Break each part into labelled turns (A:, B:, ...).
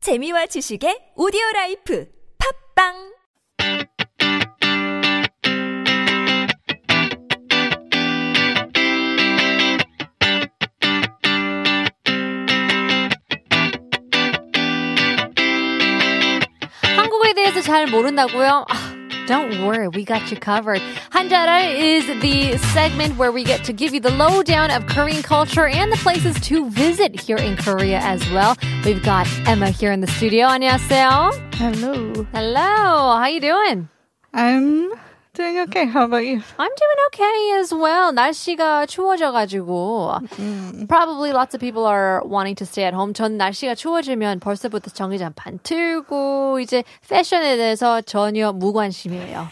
A: 재미와 지식의 오디오 라이프 팝빵
B: 한국에 대해서 잘 모른다고요? 아, Don't worry, we got you covered. Hanjara is the segment where we get to give you the lowdown of Korean culture and the places to visit here in Korea as well. We've got Emma here in the studio. 안녕하세요.
C: Hello.
B: Hello, how you doing?
C: I'm doing okay. How about you?
B: I'm doing okay as well. 날씨가 추워져가지고 probably lots of people are wanting to stay at home. 전 날씨가 추워지면 벌써부터 전기장판 틀고 이제 패션에 대해서 전혀 무관심이에요.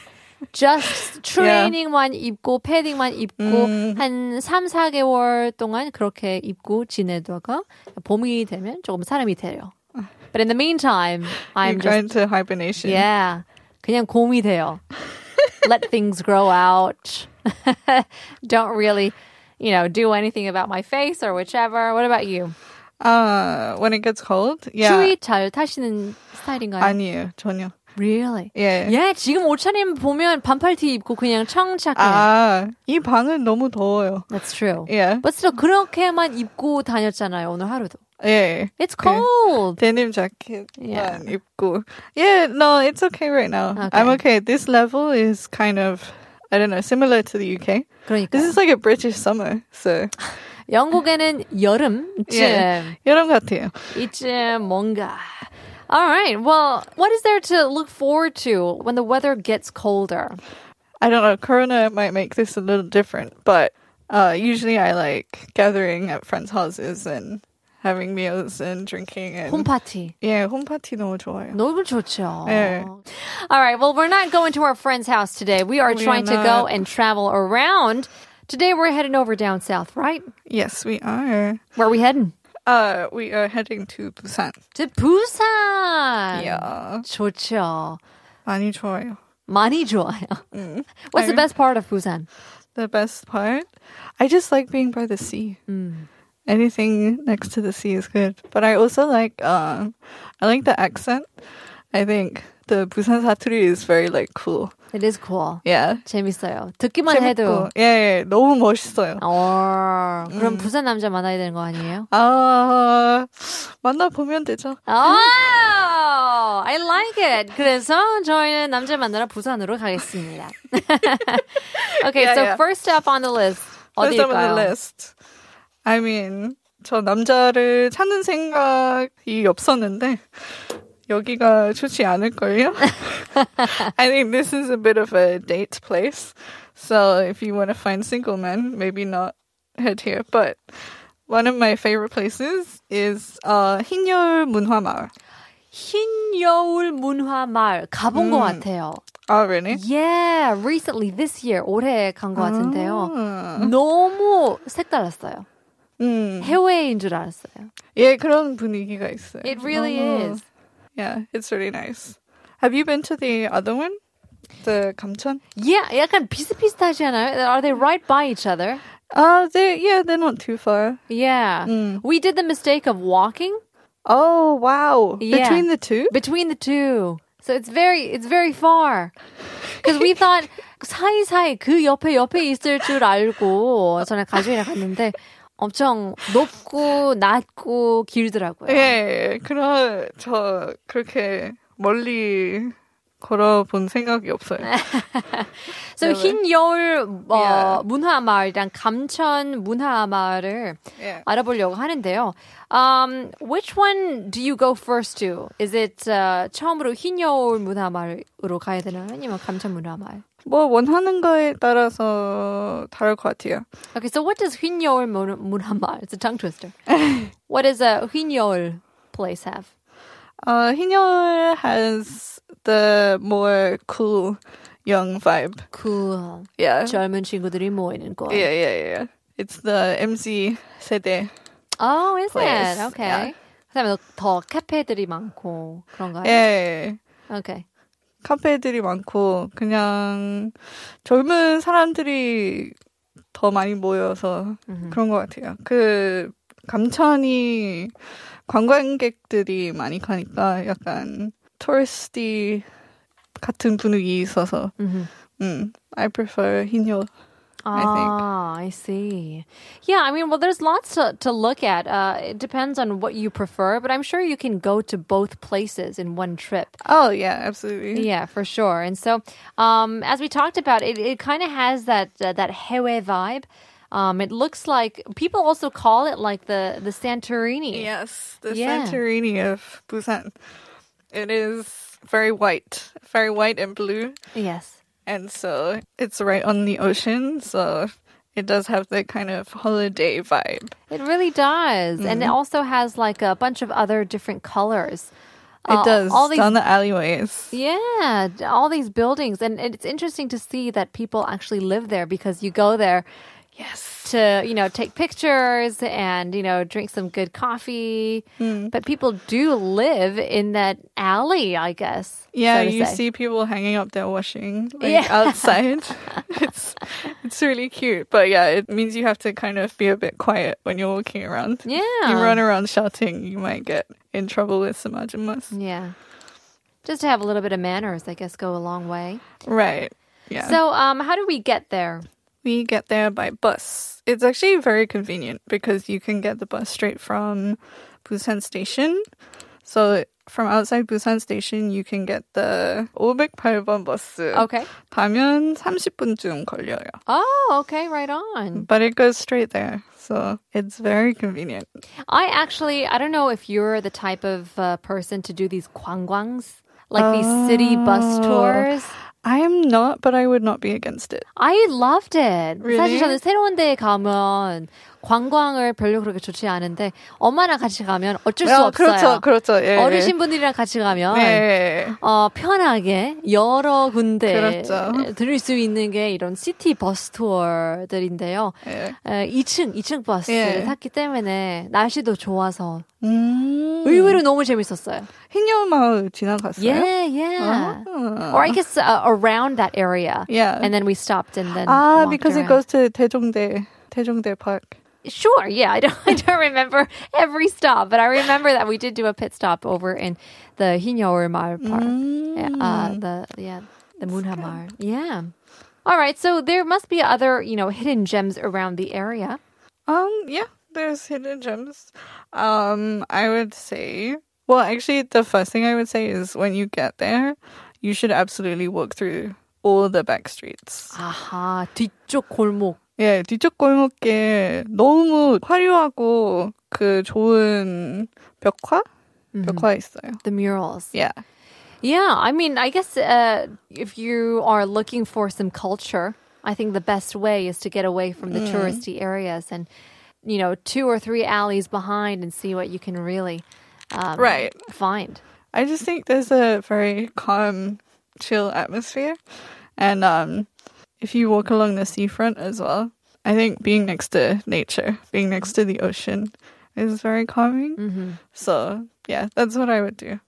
B: Just 트레이닝만 입고 패딩만 입고 한 3, 4개월 동안 그렇게 입고 지내다가 봄이 되면 조금 사람이 돼요. But in the meantime, I'm
C: You're
B: just
C: going to hibernation.
B: Yeah. 그냥 곰이 돼요. Let things grow out. Don't really, you know, do anything about my face or whichever. What about you?
C: Uh, when it gets cold? Yeah.
B: 추위 잘 타시는 스타일인가요?
C: 아니에요. 전혀.
B: really?
C: 예.
B: 예, 지금 옷차림 보면 반팔티 입고 그냥 청착해.
C: 아, 이 방은 너무 더워요.
B: That's true.
C: 예.
B: But still 그렇게만 입고 다녔잖아요, 오늘 하루도.
C: 예.
B: It's
C: 네.
B: cold.
C: 데님 자켓만
B: Yeah.
C: 입고. Yeah, no, it's okay right now. I'm okay. This level is kind of, I don't know, similar to the UK.
B: 그러니까
C: This is like a British summer, so
B: 영국에는 여름쯤
C: 예. 여름 같아요.
B: 이제 뭔가. All right. Well, what is there to look forward to when the weather gets colder?
C: I don't know. Corona might make this a little different, but uh, usually I like gathering at friends' houses and having meals and drinking and
B: 홈파티.
C: yeah, home party 너무 좋아요.
B: 너무 좋죠.
C: 네.
B: All right. Well, we're not going to our friend's house today. We are
C: We are
B: trying to go
C: not.
B: and travel around. Today we're heading over down south, right?
C: Yes, we are.
B: Where are we heading?
C: Uh, we are heading to Busan.
B: To Busan.
C: Yeah,
B: 좋죠.
C: 많이 좋아요.
B: 많이 좋아요. What's the best part of Busan?
C: The best part, I just like being by the sea. Anything next to the sea is good, but I also like um, I like the accent. I think the Busan Saturi is very like cool.
B: It is cool.
C: Yeah.
B: 재밌어요. 듣기만 해도.
C: 예, 예, 너무 멋있어요.
B: 어, 그럼 부산 남자 만나야 되는 거 아니에요?
C: 아, 만나보면 되죠.
B: Oh, I like it. 그래서 저희는 남자 만나러 부산으로 가겠습니다. okay,
C: Yeah,
B: so
C: yeah.
B: first up on the list
C: First up on the
B: 어디일까요?
C: list. I mean, 저 남자를 찾는 생각이 없었는데, 여기가 좋지 않을걸요? I think this is a bit of a date place. So if you want to find single men, maybe not head here. But one of my favorite places is uh, 흰여울 문화마을.
B: 흰 여울 문화 마을 가본 것 같아요.
C: Oh, really?
B: Yeah, recently this year 올해 간 것 같은데요. 너무 색달랐어요.
C: 음.
B: 해외인 줄 알았어요.
C: 예, 그런 분위기가 있어요.
B: It really
C: 너무-
B: is.
C: Yeah, it's really nice. Have you been to the other one? The Kamchon?
B: Yeah, 약간 비슷비슷하지 않아요? Are they right by each other?
C: Uh, they yeah, they're not too far.
B: Yeah. We did the mistake of walking
C: Oh, wow.
B: Yeah.
C: Between the two?
B: between the two. So it's very it's very far. Because we thought 사이사이 그 옆에 옆에 있을 줄 알고 전에 가족이랑 갔는데 엄청 높고 낮고 길더라고요.
C: 예, 그런 저 그렇게 멀리 걸어본 생각이 없어요.
B: So 흰 여울 어,
C: Yeah.
B: 문화 마을이랑 감천 문화 마을을
C: Yeah.
B: 알아보려고 하는데요. Um, which one do you go first to? Is it uh, 처음으로 흰 여울 문화 마을으로 가야 되나요? 아니면 감천 문화 마을?
C: 뭐 원하는 거에 따라서 다를 것 같아요.
B: Okay, so what does Hunyol Muramar? It's a tongue twister. what does a Hunyol place have?
C: Uh, 흰여울 has the more cool young vibe.
B: Cool.
C: Yeah.
B: Uh-huh. 젊은 친구들이 모이는 곳.
C: Yeah, yeah, yeah. 예, It's the MC 세대.
B: Oh, is
C: Place,
B: it? Okay.
C: yeah.
B: 그다음에 더 카페들이 많고 그런가요?
C: 예.
B: Okay.
C: 카페들이 많고 그냥 젊은 사람들이
B: Mm-hmm.
C: 음. 더 많이 모여서 그런 것 같아요. 그 감천이 관광객들이 많이 가니까 약간 touristy 같은 분위기 있어서
B: Mhm.
C: 음, I prefer 흰요. I think.
B: Ah, I see. Yeah, I mean, well, there's lots to, to look at. Uh, it depends on what you prefer, but I'm sure you can go to both places in one trip.
C: Oh yeah, absolutely.
B: Yeah, for sure. And so, um, as we talked about, it, it kind of has that uh, that Hewe vibe. Um, it looks like people also call it like the the Santorini.
C: Yes, the
B: Yeah.
C: Santorini of Busan. It is very white, very white and blue,
B: Yes.
C: and so it's right on the ocean, so it does have that kind of holiday vibe.
B: It really does. And it
C: Mm-hmm.
B: also has like a bunch of other different colors.
C: It
B: Uh,
C: does
B: All these
C: down the alleyways.
B: Yeah, d- all these buildings, and it's interesting to see that people actually live there because you go there, yes, to you know take pictures and you know drink some good coffee.
C: Hmm.
B: But people do live in that alley, I guess.
C: Yeah,
B: so to
C: you
B: say.
C: see people hanging up their washing like
B: Yeah.
C: outside. it's it's really cute, but yeah, it means you have to kind of be a bit quiet when you're walking around.
B: Yeah.
C: you run around shouting, you might get in trouble with some ajumas.
B: Yeah, just to have a little bit of manners, I guess, go a long way.
C: Right. Yeah.
B: So, um, how do we get there?
C: we get there by bus. It's actually very convenient because you can get the bus straight from Busan Station. So from outside Busan Station, you can get the 508번 버스.
B: Okay.
C: 가면 30분쯤 걸려요.
B: Oh, okay, right on.
C: But it goes straight there. So it's very convenient.
B: I actually, I don't know if you're the type of uh, person to do these kwangwangs, like these city bus
C: Oh.
B: tours.
C: I am not, but I would not be against it.
B: I loved it. 사실
C: Really?
B: 저는 새로운 데에 가면 관광을 별로 그렇게 좋지 않은데 엄마랑 같이 가면 어쩔 수
C: 어,
B: 없어요.
C: 그렇죠, 그렇죠. 예, 예.
B: 어르신분들이랑 같이 가면
C: 네.
B: 어, 편하게 여러 군데
C: 그렇죠.
B: 들을 수 있는 게 이런 시티 버스 투어들인데요.
C: 예.
B: 에, 2층 2층 버스를
C: 예.
B: 탔기 때문에 날씨도 좋아서
C: 음.
B: 의외로 너무 재밌었어요.
C: 흰여마을 지나갔어요?
B: Yeah, yeah.
C: 아.
B: Or I guess uh, around that area.
C: Yeah.
B: And then we stopped and then.
C: Ah,
B: walked
C: because it
B: around.
C: goes to Daejeongdae, Daejeongdae Park.
B: Sure, yeah. I don't, I don't remember every stop, but I remember that we did do a pit stop over in the Hinyeolmar Park. Yeah, Uh, the, yeah, the Munhamar. Yeah. All right, so there must be other, you know, hidden gems around the area.
C: Um, yeah, there's hidden gems. Um, I would say, well, actually, the first thing I would say is when you get there, you should absolutely walk through all the back streets.
B: 아하, 뒤쪽 골목.
C: 예, 뒤쪽 골목에 너무 화려하고 그 좋은 벽화? 벽화 있어요.
B: The murals.
C: Yeah.
B: Yeah, I mean, I guess uh, if you are looking for some culture, I think the best way is to get away from the touristy areas and, you know, two or three alleys behind and see what you can really um,
C: Right.
B: find.
C: I just think there's a very calm, chill atmosphere. And um, if you walk along the seafront as well, I think being next to nature, being next to the ocean is very calming. So, yeah, that's what I would do.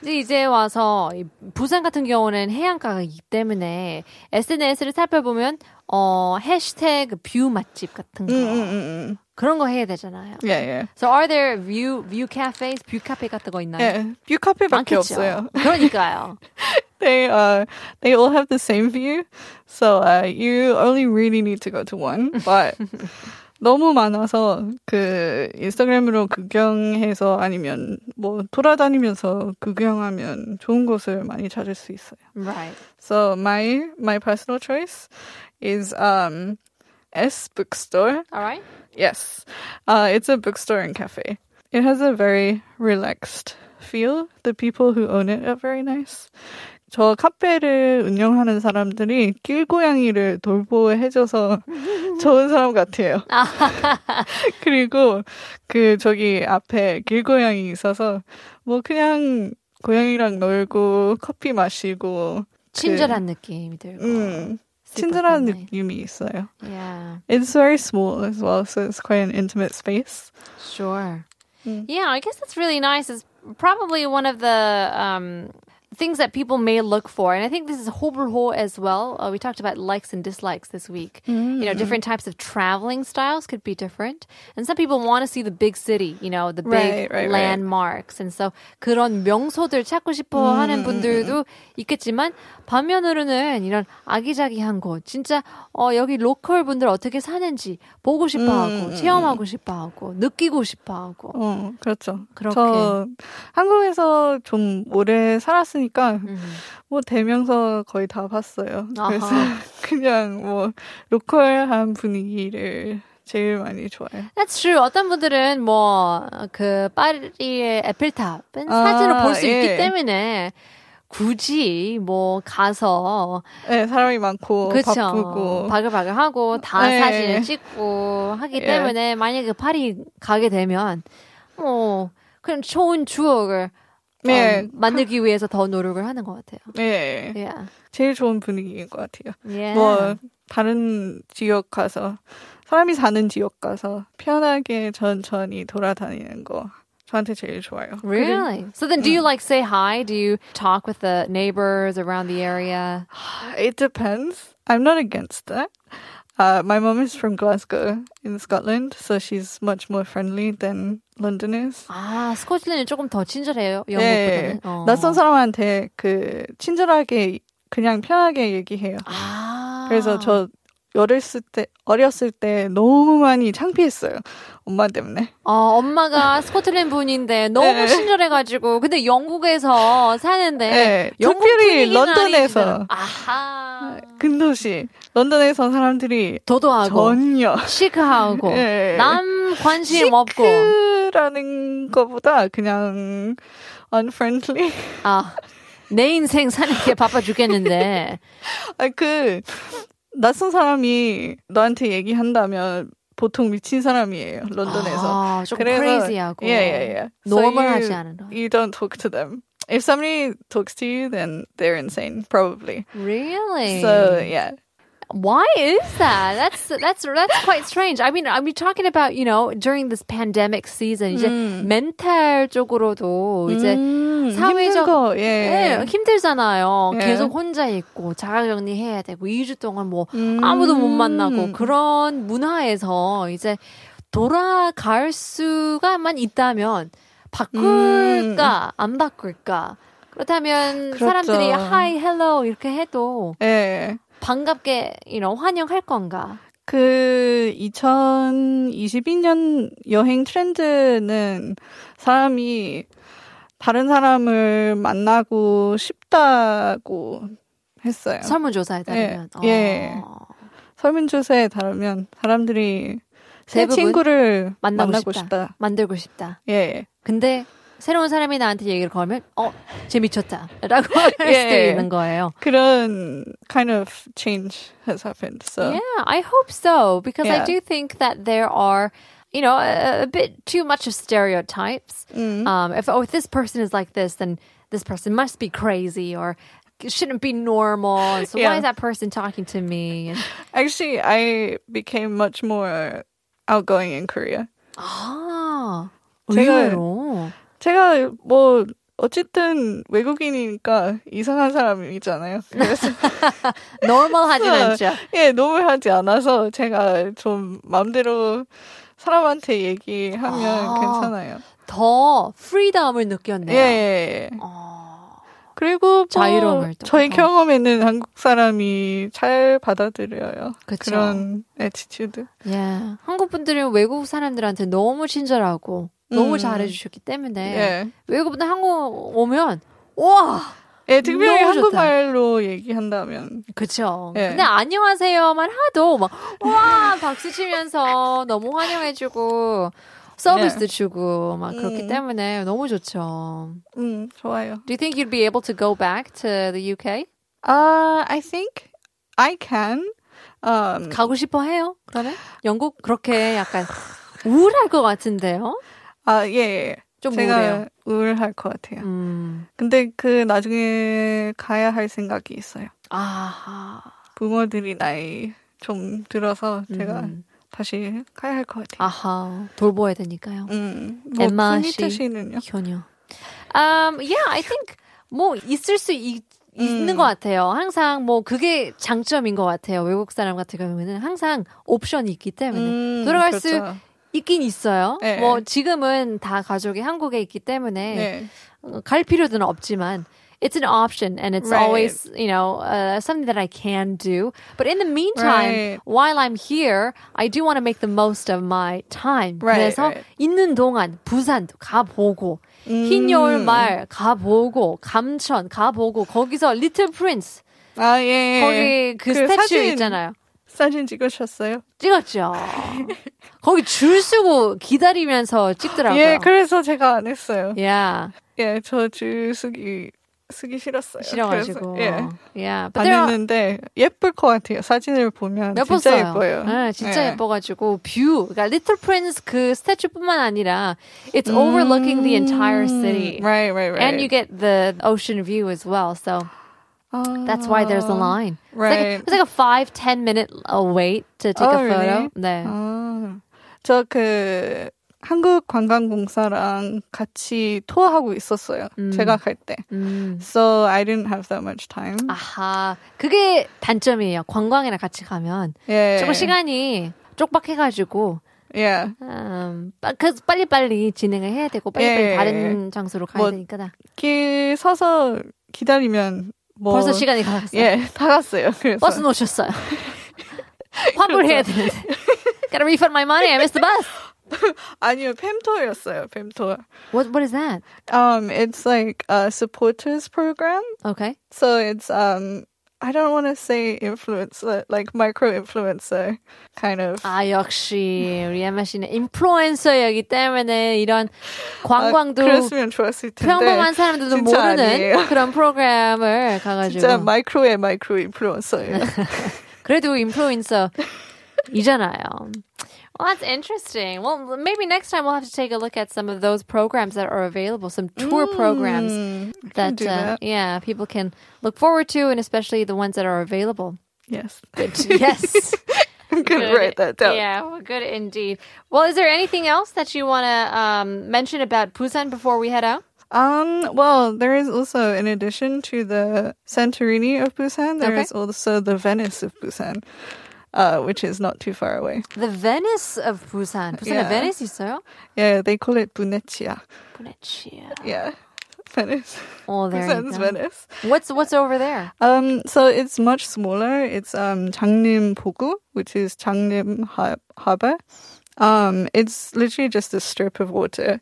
B: 이제 이제 와서 이 부산 같은 경우는 해안가가 있기 때문에 SNS를 살펴보면 어 해시태그 뷰 맛집 같은 거
C: 음, Mm-mm-mm.
B: 그런 거 해야 되잖아요.
C: Yeah, yeah.
B: So are there view view cafes, 뷰 카페 같은 거 있나요?
C: Yeah, 뷰 예, 카페밖에 없어요.
B: 많겠죠. 그러니까요.
C: They uh, they all have the same view, so uh, you only really need to go to one. But 너무 많아서 그 인스타그램으로 구경해서 아니면 뭐 돌아다니면서 구경하면 좋은 곳을 많이 찾을 수 있어요.
B: Right.
C: So my my personal choice is um S bookstore.
B: All right.
C: Yes, uh, it's a bookstore and cafe. It has a very relaxed feel. The people who own it are very nice. 저 카페를 운영하는 사람들이 길고양이를 돌보해줘서 좋은 사람 같아요. 그리고 그 저기 앞에 길고양이 있어서 뭐 그냥 고양이랑 놀고 커피 마시고
B: 친절한 느낌이 들고.
C: 그, 음 친절한
B: 슬퍼하네.
C: 느낌이 있어요.
B: Yeah,
C: It's very small as well, so it's quite an intimate space. Hmm.
B: sure. Yeah, I guess that's really nice. It's probably one of the um, things that people may look for. And I think this is hoberho as well. Uh, we talked about likes and dislikes this week. You know,
C: Hmm.
B: different types of traveling styles could be different. And some people want to see the big city, you know, the big
C: Right, right, right.
B: landmarks. And so 그런 명소들 찾고 싶어
C: 음,
B: 하는 분들도 있겠지만 반면으로는 이런 아기자기한 곳, 진짜 어, 여기 로컬 분들 어떻게 사는지 보고 싶어
C: 음,
B: 하고 체험하고 싶어 하고 느끼고 싶어 하고
C: 어, 그렇죠.
B: 그렇게.
C: 저 한국에서 좀 오래 살았으니까 뭐 대명서 거의 다 봤어요. 그래서
B: 음. 아하.
C: 그냥 뭐 로컬한 분위기를 제일 많이 좋아해요.
B: That's true. 어떤 분들은 뭐 그 파리의 에펠탑은 사진으로
C: 아,
B: 볼 수 있기
C: 예.
B: 때문에 굳이 뭐 가서
C: 네, 사람이 많고
B: 그렇죠
C: 바쁘고
B: 바글바글하고 다
C: 예.
B: 사진을 찍고 하기
C: 예.
B: 때문에 만약에 그 파리 가게 되면 뭐 그냥 좋은 추억을 어,
C: 예.
B: 만들기 위해서 더 노력을 하는 것 같아요. 예.
C: 네,
B: Yeah.
C: 제일 좋은 분위기인 것 같아요.
B: Yeah.
C: 뭐 다른 지역 가서 사람이 사는 지역 가서 편하게 천천히 돌아다니는 거 저한테 제일 좋아요.
B: Really? So then, do
C: 음.
B: you like say hi? Do you talk with the neighbors around the area?
C: It depends. I'm not against that. Uh, my mom is from Glasgow in Scotland, so she's much more friendly than London is.
B: 아, 스코틀랜드는 조금 더 친절해요. 영국보다는. 어.
C: 네, 낯선 사람한테 그 친절하게 그냥 편하게 얘기해요.
B: 아.
C: 그래서 저 어렸을 때 어렸을 때 너무 많이 창피했어요. 엄마 때문에.
B: 어, 엄마가 스코틀랜드 분인데 너무
C: 네.
B: 친절해가지고 근데 영국에서 사는데
C: 네,
B: 영국
C: 특별히
B: 분위기는
C: 런던에서.
B: 아니시잖아요. 아하.
C: 근도시 런던에서 사람들이
B: 도도하고
C: 전혀
B: 시크하고
C: 예.
B: 남 관심 없고
C: 시크라는 거보다 그냥 unfriendly.
B: 아. 내 인생 사는 게 바빠 죽겠는데.
C: 아니 그 낯선 사람이 너한테 얘기한다면 보통 미친 사람이에요 런던에서.
B: 아, 좀 crazy하고.
C: 예, 예, 예. So
B: 노멀하지
C: you-
B: 않은 거.
C: You don't talk to them. If somebody talks to you, then they're insane, probably.
B: Really?
C: So yeah,
B: Why is that? That's that's that's quite strange. I mean, I mean talking about, you know, during this pandemic season 이제
C: 음.
B: 멘탈 쪽으로도 이제
C: 힘든
B: 사회적
C: 거, 음, 예.
B: 예, 힘들잖아요.
C: 예.
B: 계속 혼자 있고 자가 격리해야 되고 2주 동안 뭐 아무도 못
C: 음.
B: 만나고 그런 문화에서 이제 돌아갈 수가만 있다면 바꿀까 안 바꿀까? 그렇다면
C: 음. 그렇죠.
B: 사람들이 하이 헬로 이렇게 해도
C: 예.
B: 반갑게 you know, 환영할 건가?
C: 그 2022년 여행 트렌드는 사람이 다른 사람을 만나고 싶다고 했어요.
B: 설문조사에 따르면
C: 예, 예.
B: 어,
C: 설문조사에 따르면 사람들이 새
B: 대부분
C: 친구를
B: 만나고,
C: 만나고,
B: 싶다.
C: 싶다.
B: 만들고 싶다.
C: 예.
B: 근데 새로운 사람이 나한테 얘기를 걸면 어, 쟤 미쳤다라고 할
C: 예.
B: 수도 있는 거예요.
C: 그런 kind of change has happened. So
B: Yeah, I hope so because I
C: Yeah.
B: do think that there are, you know, a, a bit too much of stereotypes.
C: Mm.
B: Um, if oh, if this person is like this, then this person must be crazy or shouldn't be normal. And so why
C: Yeah.
B: is that person talking to me? And,
C: actually I became much more outgoing in Korea.
B: 아,
C: 제가-
B: 의외로.
C: 제가 뭐 어쨌든 외국인이니까 이상한 사람이잖아요. 그래서
B: normal하진 않죠.
C: 예, 너무 하지 않아서 제가 좀 마음대로 사람한테 얘기하면
B: 아.
C: 괜찮아요.
B: 더 freedom을 느꼈네요.
C: 예, 예, 예.
B: 어,
C: 그리고 뭐
B: 자유로움을 또
C: 저희
B: 더.
C: 경험에는 한국 사람이 잘 받아들여요.
B: 그쵸.
C: 런 에티튜드.
B: yeah. 예. 한국 분들은 외국 사람들한테 너무 친절하고 너무
C: 음.
B: 잘해주셨기 때문에
C: 예.
B: 외국보다 한국 오면 와
C: 예, 특별히
B: 너무 좋다.
C: 한국말로 얘기한다면
B: 그쵸
C: 예.
B: 근데 안녕하세요만 하도 막와 박수 치면서 너무 환영해주고 서비스도 주고 막 그렇기
C: 네. 음.
B: 때문에 너무 좋죠.
C: 음, 좋아요.
B: Do you think you'd be able to go back to the UK?
C: 아, I think I can. Um,
B: 가고 싶어 해요? 그러면 영국 그렇게 약간 우울할 것 같은데요?
C: 아, 예, 예.
B: 좀 우울해요.
C: 제가 예. 우울할 것 같아요.
B: 음.
C: 근데 그 나중에 가야 할 생각이 있어요.
B: 아.
C: 부모들이 나이 좀 들어서 제가
B: 음.
C: 다시 가야 할 것 같아요.
B: 아하. 돌보아야 되니까요.
C: 음,
B: 엠마
C: 뭐
B: 씨.
C: 쿤이트 씨는요?
B: 현요. Um, yeah, I think 뭐 있을 수 있,
C: 음.
B: 있는 것 같아요. 항상 뭐 그게 장점인 것 같아요. 외국 사람 같은 경우에는 항상 옵션이 있기 때문에
C: 음,
B: 돌아갈 수
C: 그렇죠.
B: 있긴 있어요.
C: 네.
B: 뭐 지금은 다 가족이 한국에 있기 때문에
C: 네.
B: 어, 갈 필요는 없지만 it's an option and it's
C: Right.
B: always you know uh, something that I can do. But in the meantime,
C: Right.
B: while I'm here, I do want to make the most of my time.
C: Right,
B: 그래서
C: right.
B: 있는 동안 부산도 가보고
C: 음.
B: 흰여울말 가보고 감천 가보고 거기서 리틀 프린스
C: 아, 예. 예.
B: 거기 그, 스태츄 있잖아요.
C: 사진 찍으셨어요?
B: 찍었죠. 거기 줄 서고 기다리면서 찍더라고요.
C: 예, 그래서 제가 안 했어요.
B: yeah.
C: 예, 저 줄 쓰기 쓰기 싫었어요.
B: 싫어가지고.
C: 그래서, 예.
B: yeah. But
C: 안
B: there are-
C: 했는데 예쁠 것 같아요. 사진을 보면
B: 예뻤어요.
C: 진짜 예뻐요.
B: 네, 진짜
C: 예.
B: 예뻐가지고 뷰, 그러니까 Little Prince 그 스태츄뿐만 아니라 it's overlooking the entire city,
C: 음, Right, right, right.
B: and you get the ocean view as well. So
C: 아,
B: that's why there's a line. It's
C: right.
B: like a, it's like a five ten minute uh, wait to take a
C: Oh,
B: photo.
C: really?
B: 네.
C: 아, 저그 한국 관광공사랑 같이 투어하고 있었어요.
B: 음.
C: 제가 갈 때.
B: 음.
C: So I didn't have that much time.
B: 아하, 그게 단점이에요. 관광이랑 같이 가면
C: 예.
B: 조금 시간이 쪽박해가지고.
C: 예.
B: 음, 빠- 그래서 빨리빨리 진행을 해야 되고 빨리빨리
C: 예.
B: 다른 장소로 가야
C: 뭐,
B: 되니까 나.
C: 길 서서 기다리면 뭐
B: 벌써 시간이 가갔어요.
C: 예, 다 갔어요. 그래서
B: 버스 놓으셨어요. 환불해야 되는데. Gotta refund my money. I missed the bus.
C: 아니요, 팸토어였어요. 팸토어.
B: What What is that?
C: Um, it's like a supporters program.
B: Okay.
C: So it's um, I don't want to say influencer, like micro influencer kind of.
B: 아 역시 우리 엠마 씨는 인플루언서이기 때문에 이런 관광도
C: 아, 그랬으면 좋았을 텐데.
B: 평범한 사람들도
C: 진짜
B: 모르는
C: 아니에요.
B: 그런 프로그램을
C: 진짜
B: 가가지고
C: 마이크로의 마이크로 인플루언서예요.
B: 그래도 인플루언서이잖아요. Well, that's interesting. Well, maybe next time we'll have to take a look at some of those programs that are available, some tour programs
C: Mm, I can
B: that,
C: do
B: uh,
C: that.
B: yeah people can look forward to, and especially the ones that are available.
C: Yes,
B: yes,
C: I'm gonna write that down.
B: Yeah, well, good indeed. Well, is there anything else that you want to um, mention about Busan before we head out?
C: Um, well, there is also, in addition to the Santorini of Busan, there
B: Okay.
C: is also the Venice of Busan, uh, which is not too far away.
B: The Venice of Busan. Busan에
C: Yeah.
B: Venice 있어요?
C: Yeah, they call it Bunechia.
B: Venezia.
C: Yeah, Venice.
B: Oh, there you
C: Busan's
B: go.
C: Venice.
B: What's what's over there?
C: Um, so it's much smaller. It's um Changnim-pogu, which is Changnim Har- Harbor. Um, it's literally just a strip of water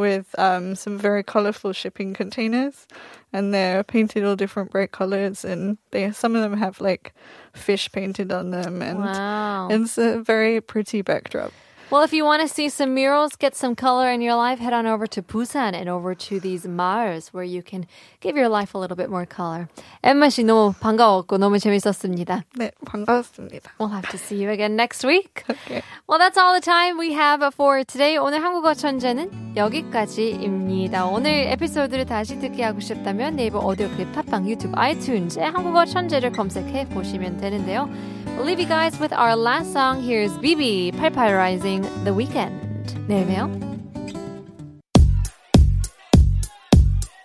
C: with um some very colorful shipping containers, and they're painted all different bright colors, and they some of them have like fish painted on them, and
B: Wow.
C: it's a very pretty backdrop.
B: Well, if you want to see some murals, get some color in your life, head on over to Busan and over to these Mars where you can give your life a little bit more color. 엠마 씨 너무 반가웠고 너무 재밌었습니다.
C: 네, 반갑습니다.
B: We'll have to see you again next week.
C: Okay.
B: Well, that's all the time we have for today. 오늘 한국어 천재는 여기까지입니다. 오늘 에피소드를 다시 듣기 하고 싶다면 네이버 오디오 클립, 팟빵, 유튜브, 아이튠즈에 한국어 천재를 검색해 보시면 되는데요. We'll leave you guys with our last song. Here's BB, 88 Rising, The 네, Weekend. 내일 봬요.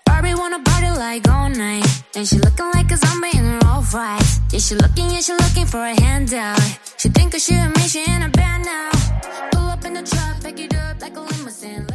D: Barbie wanna party like all night. And she looking like a zombie in her all fights. Yeah, she looking, yeah, she looking for a handout. She think she a mission in a band now. Pull up in the truck, pick it up like a limousine.